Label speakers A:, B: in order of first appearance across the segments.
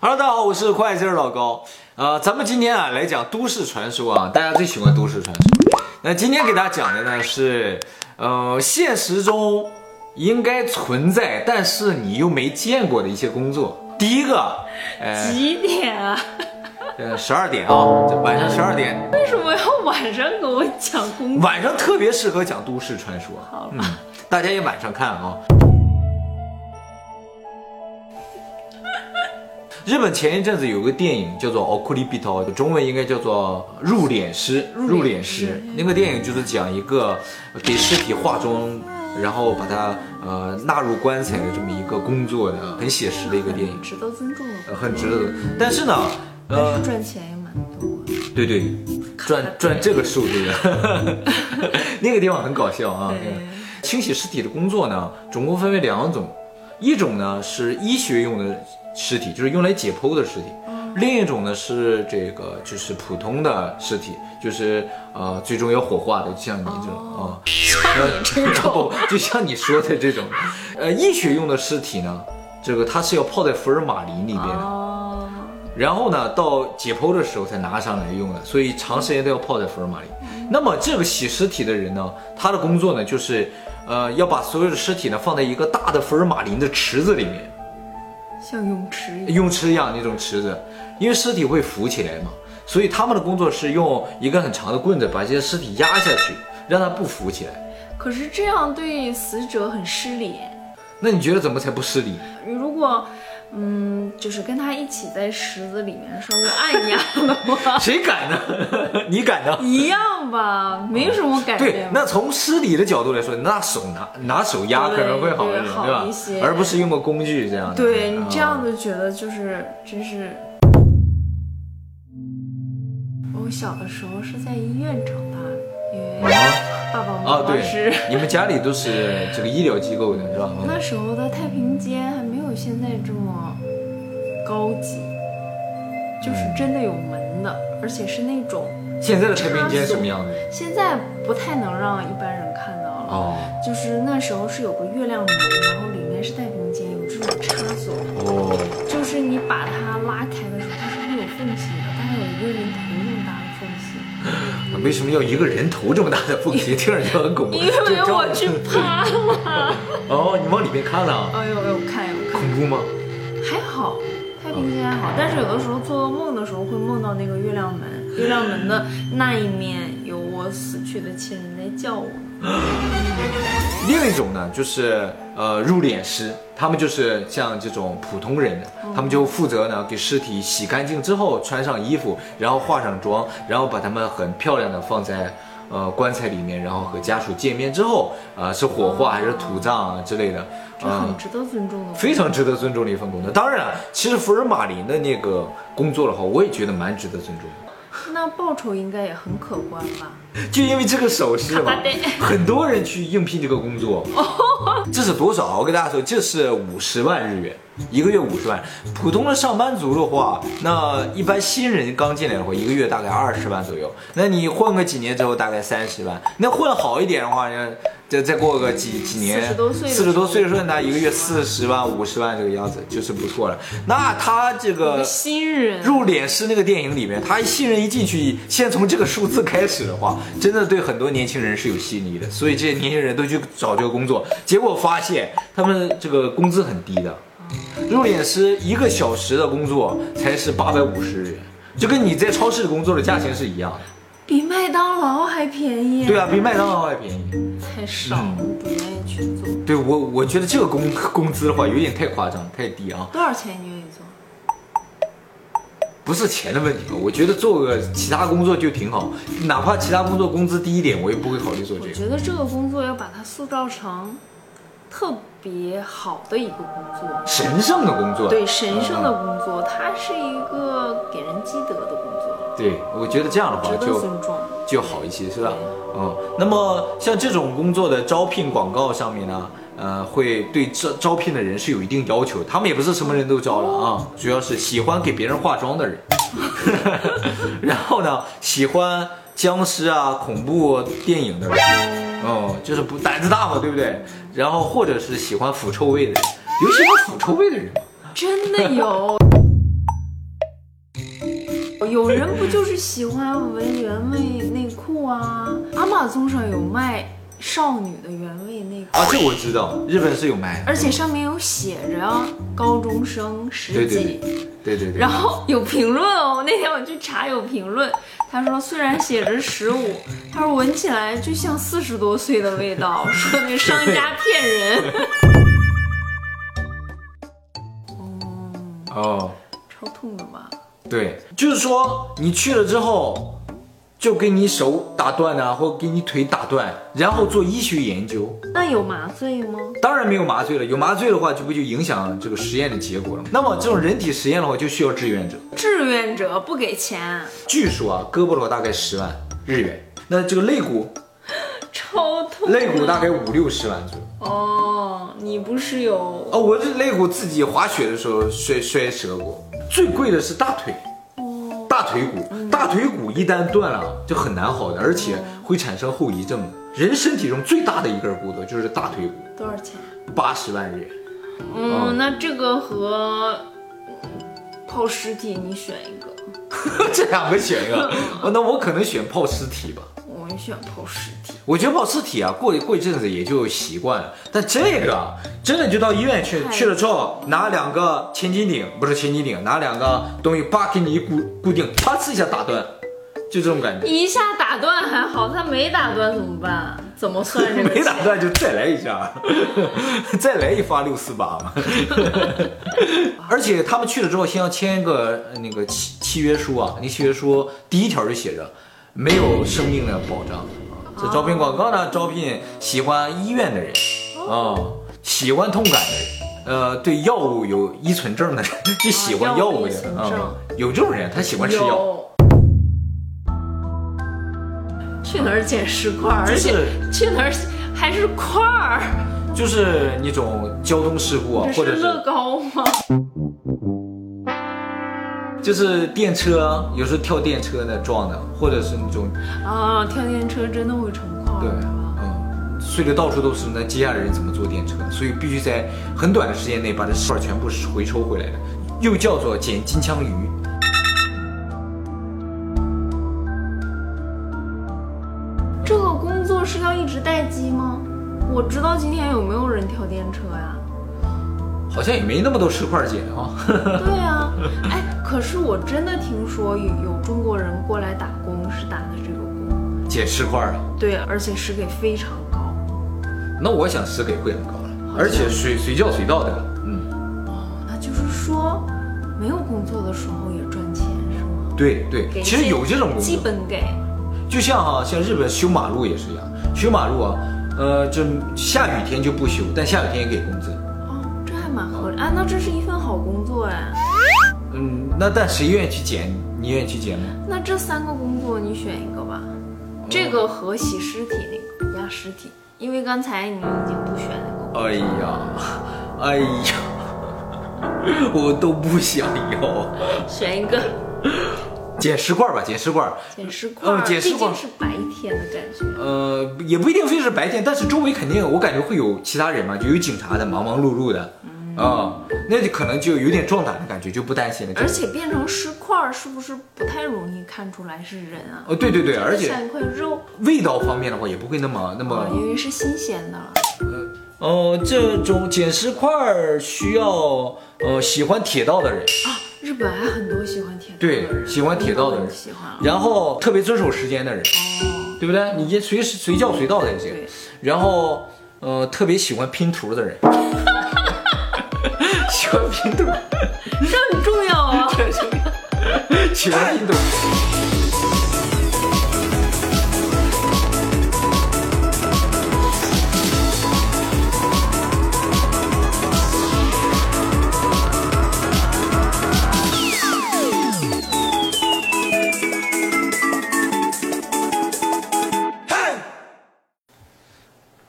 A: Hello，大家好，我是会计人老高。呃，咱们今天啊来讲都市传说啊，大家最喜欢都市传说。那今天给大家讲的呢是，呃，现实中应该存在，但是你又没见过的一些工作。第一个，呃，
B: 几点啊？
A: 呃，十二点啊，这晚上十二点，
B: 为什么要晚上跟我讲工作？
A: 晚上特别适合讲都市传说。
B: 好吧
A: 嗯，大家也晚上看啊。日本前一阵子有个电影叫做《奥库里比托》，中文应该叫做《入殓师》。嗯入殓师那个电影就是讲一个给尸体化妆，然后把它呃纳入棺材的这么一个工作的，很写实的一个电影，
B: 值得尊重了吧
A: 呃，很值得。但是呢，呃
B: 但是，赚钱也蛮多的。
A: 对对，赚赚这个数字， 那个地方很搞笑啊。
B: 对
A: 清洗尸体的工作呢，总共分为两种，一种呢是医学用的尸体，就是用来解剖的尸体；
B: 哦
A: 另一种呢是这个就是普通的尸体，就是呃最终要火化的，就像你这种啊。
B: 哦像你这
A: 然
B: 种，
A: 后就像你说的这种，呃，医学用的尸体呢，这个它是要泡在福尔马林里边的。
B: 哦，
A: 然后呢，到解剖的时候才拿上来用的，所以长时间都要泡在福尔马林。那么这个洗尸体的人呢，他的工作呢就是，呃，要把所有的尸体呢放在一个大的福尔马林的池子里面，
B: 像泳池一样。
A: 泳池一样那种池子，因为尸体会浮起来嘛，所以他们的工作是用一根很长的棍子把这些尸体压下去，让它不浮起来。
B: 可是这样对死者很失礼。
A: 那你觉得怎么才不失礼？
B: 如果，嗯，就是跟他一起在池子里面稍微按压的话，
A: 谁敢呢？ 你敢呢？
B: 一样吧，没什么改
A: 对
B: 变，吧。
A: 那从尸体的角度来说，拿手拿拿手压可
B: 对
A: 能会好一
B: 对
A: 点，
B: 好
A: 对吧
B: 一些
A: 而不是用个工具这样的。
B: 对你
A: 嗯
B: 这样子觉得就是真是。我小的时候是在医院长大的，因为爸爸妈
A: 啊，
B: 妈是、
A: 对，你们家里都是这个医疗机构的是吧？
B: 那时候的太平间还没有现在这么高级，就是真的有门的，而且是那种
A: 现在的太平间什么样子？
B: 现在不太能让一般人看到了。
A: 哦
B: 就是那时候是有个月亮门，然后里面是太平间，有这种插座。
A: 哦，
B: 就是你把它拉开的时候，它是会有缝隙的，它有一个人头那么大的缝隙。
A: 为什么要一个人头这么大的缝隙？听着就很恐怖。
B: 因为
A: 就照
B: 我去趴了。
A: 哦，你往里面看了，
B: 哎呦哎呦，看哎呦看，
A: 恐怖吗？
B: 还好，哦太平间还好，但是有的时候做噩梦的时候会梦到那个月亮门，月亮门的那一面有我死去的亲人在叫我。
A: 另一种呢，就是呃入殓师，他们就是像这种普通人的，他们就负责呢给尸体洗干净之后穿上衣服，然后化上妆，然后把他们很漂亮的放在呃棺材里面，然后和家属见面之后，呃是火化还是土葬啊之类的，
B: 这
A: 嗯、
B: 很值得尊重的。
A: 非常值得尊重的一份工作。当然了，其实福尔马林的那个工作的话，我也觉得蛮值得尊重的。
B: 那报酬应该也很可观吧？
A: 就因为这个手势嘛
B: 好的，
A: 很多人去应聘这个工 作。这是多少啊？我跟大家说，这是五十万日元，一个月五十万。普通的上班族的话，那一般新人刚进来的话，一个月大概二十万左右。那你混个几年之后，大概三十万。那混好一点的话，人家再再过个几几年，
B: 40多岁的时候
A: 四十多岁的时候，那一个月四十万、五十万这个样子就是不错了。那他这
B: 呃
A: 个
B: 新人
A: 入殓师那个电影里面，他新人一进去，先从这个数字开始的话，真的对很多年轻人是有吸引力的，所以这些年轻人都去找这个工作，结果发现他们这个工资很低的，入殓师一个小时的工作才是八百五十日元。就跟你在超市工作的价钱是一样的，
B: 比麦当劳还便宜，
A: 对啊，比麦当劳还便宜。
B: 太少了，不愿意去做。
A: 对我，我觉得这个工工资的话有点太夸张，太低啊，
B: 多少钱你愿意做？
A: 不是钱的问题，我觉得做个其他工作就挺好，哪怕其他工作工资低一点，我也不会考虑做这
B: 我
A: 个。
B: 觉得这个工作要把它塑造成特别好的一个工作，
A: 神圣的工作。嗯
B: 对神圣的工作，它是一个给人积德的工作，
A: 嗯对，我觉得这样的话
B: 值得
A: 啊就
B: 尊重。
A: 就好一些，是吧？嗯，那么像这种工作的招聘广告上面呢，呃，会对招招聘的人是有一定要求，他们也不是什么人都招了
B: 哦
A: 啊，主要是喜欢给别人化妆的人， 然后呢，喜欢僵尸啊、恐怖电影的人，哦、就是不胆子大嘛，对不对？然后或者是喜欢腐臭味的人，有喜欢腐臭味的人吗？
B: 真的有，有人不就是喜欢闻原味内裤啊？阿玛宗上有卖少女的原味内裤，
A: 啊，这我知道，日本是有卖的，
B: 而且上面有写着高中生
A: 对
B: 十
A: 对
B: 几
A: 对，对对对
B: 然，后有评论哦，那天我去查有评论，他说虽然写着十五，他说闻起来就像四十多岁的味道，说那商家骗人。 哦，
A: 哦，
B: 超痛的吧？
A: 对，就是说你去了之后，就给你手打断啊，或给你腿打断，然后做医学研究。
B: 那有麻醉吗？
A: 当然没有麻醉了，有麻醉的话，这不就影响这个实验的结果了吗？那么这种人体实验的话，就需要志愿者。
B: 志愿者不给钱，
A: 据说啊，胳膊的话大概十万日元，那这个肋骨
B: 超痛。
A: 肋骨大概五六十万左右。
B: 哦，你不是有
A: 哦，我这肋骨自己滑雪的时候摔摔折过，最贵的是大腿，
B: 哦？
A: 大腿骨，大腿骨一旦断了就很难好的，而且会产生后遗症的。人身体中最大的一根骨头就是大腿骨，
B: 多少钱？
A: 八十万日元。 哦
B: 嗯，那这个和嗯泡尸体你选一个，
A: 这两个选一个，哦那我可能选泡尸体吧。
B: 我选泡尸体。
A: 我觉得泡尸体啊，过过一阵子也就习惯了。但这个啊真的就到医院去
B: 太
A: 去了之后，拿两个千斤顶，不是千斤顶，拿两个东西叭给你一固固定，啪呲一下打断，就这种感觉。
B: 一下打断还好，他没打断怎么办？怎么算这个？
A: 没打。断就再来一下，再来一发六四八嘛。 而且他们去了之后，先要签一个呃那个契契约书啊，那契约书第一条就写着没有生命的保障。啊这招聘广告呢，招聘喜欢医院的人啊、喜欢痛感的人。呃，对药物有依存症的人，就喜欢药物的人
B: 药物依存
A: 啊、有这种人，他喜欢吃药，
B: 有。去哪儿捡石块儿？
A: 就
B: 而且
A: 是
B: 去哪儿还是块儿？
A: 就是那种交通事故啊，或
B: 这
A: 者
B: 是
A: 是
B: 乐高吗？
A: 就是电车，有时候跳电车的撞的，或者是那种
B: 啊，跳电车真的会成块儿
A: 对，
B: 是吧？
A: 嗯，碎的到处都是，那接下来人怎么坐电车？所以必须在很短的时间内把这石块全部回抽回来的，又叫做捡金枪鱼。
B: 这个工作是要一直待机吗？我知道今天有没有人跳电车 呀？
A: 好像也没那么多石块捡啊，
B: 对啊，哎，可是我真的听说有有中国人过来打工是打的这个工。
A: 捡石块啊。
B: 对，而且是给非常高。
A: 那我想石给会很高了，而且随随叫随到的了。嗯，
B: 哦，那就是说，没有工作的时候也赚钱是吗？
A: 对对
B: 给，一
A: 其实
B: 些
A: 有这种工
B: 基
A: 作，
B: 本给。
A: 就像哈、像日本修马路也是一样，修马路啊，呃，这下雨天就不修，但下雨天也给工资。
B: 哦，这还蛮合理啊。那这是一份好工作哎。
A: 嗯，那但谁愿意去捡？你愿意去捡吗？
B: 那这三个工作你选一个吧，
A: 哦
B: 这个和洗尸体那个压尸体，因为刚才你已经不选那个。
A: 哎呀， 哎呀， 我都不想要。
B: 选一个
A: 捡石块儿吧，捡石块儿。
B: 捡尸块儿，
A: 嗯捡尸块儿
B: 毕竟是白天的感觉。
A: 呃，也不一定非是白天，但是周围肯定我感觉会有其他人嘛，就有警察的，忙忙碌碌的，
B: 嗯
A: 啊、那就可能就有点壮胆的感觉，就不担心了。就
B: 而且变成尸块儿是不是不太容易看出来是人啊？
A: 哦，对对对，而且嗯
B: 像一块肉，
A: 味道方面的话，也不会那么那
B: 哦，
A: 么。
B: 因为是新鲜的啊了。
A: 哦、这种捡石块儿需要呃喜欢铁道的人，
B: 啊，日本还很多喜欢铁道的人，
A: 对，喜欢铁道的人
B: 我，喜欢啊了。
A: 然后特别遵守时间的人，
B: 哦，
A: 对不对？你也随时随叫随到的这个
B: 对，
A: 然后呃特别喜欢拼图的人， 喜欢拼图，
B: 这很重要啊。
A: 喜欢拼图。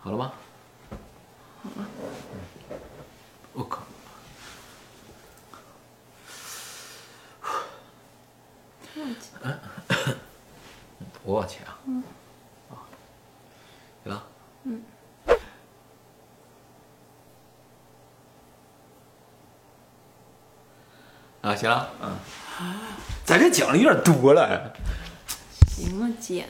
A: 好了吗？我靠！我往前啊。嗯。啊，行吧。嗯。啊，行了，嗯。咱这讲的有点多了。
B: 行了，姐。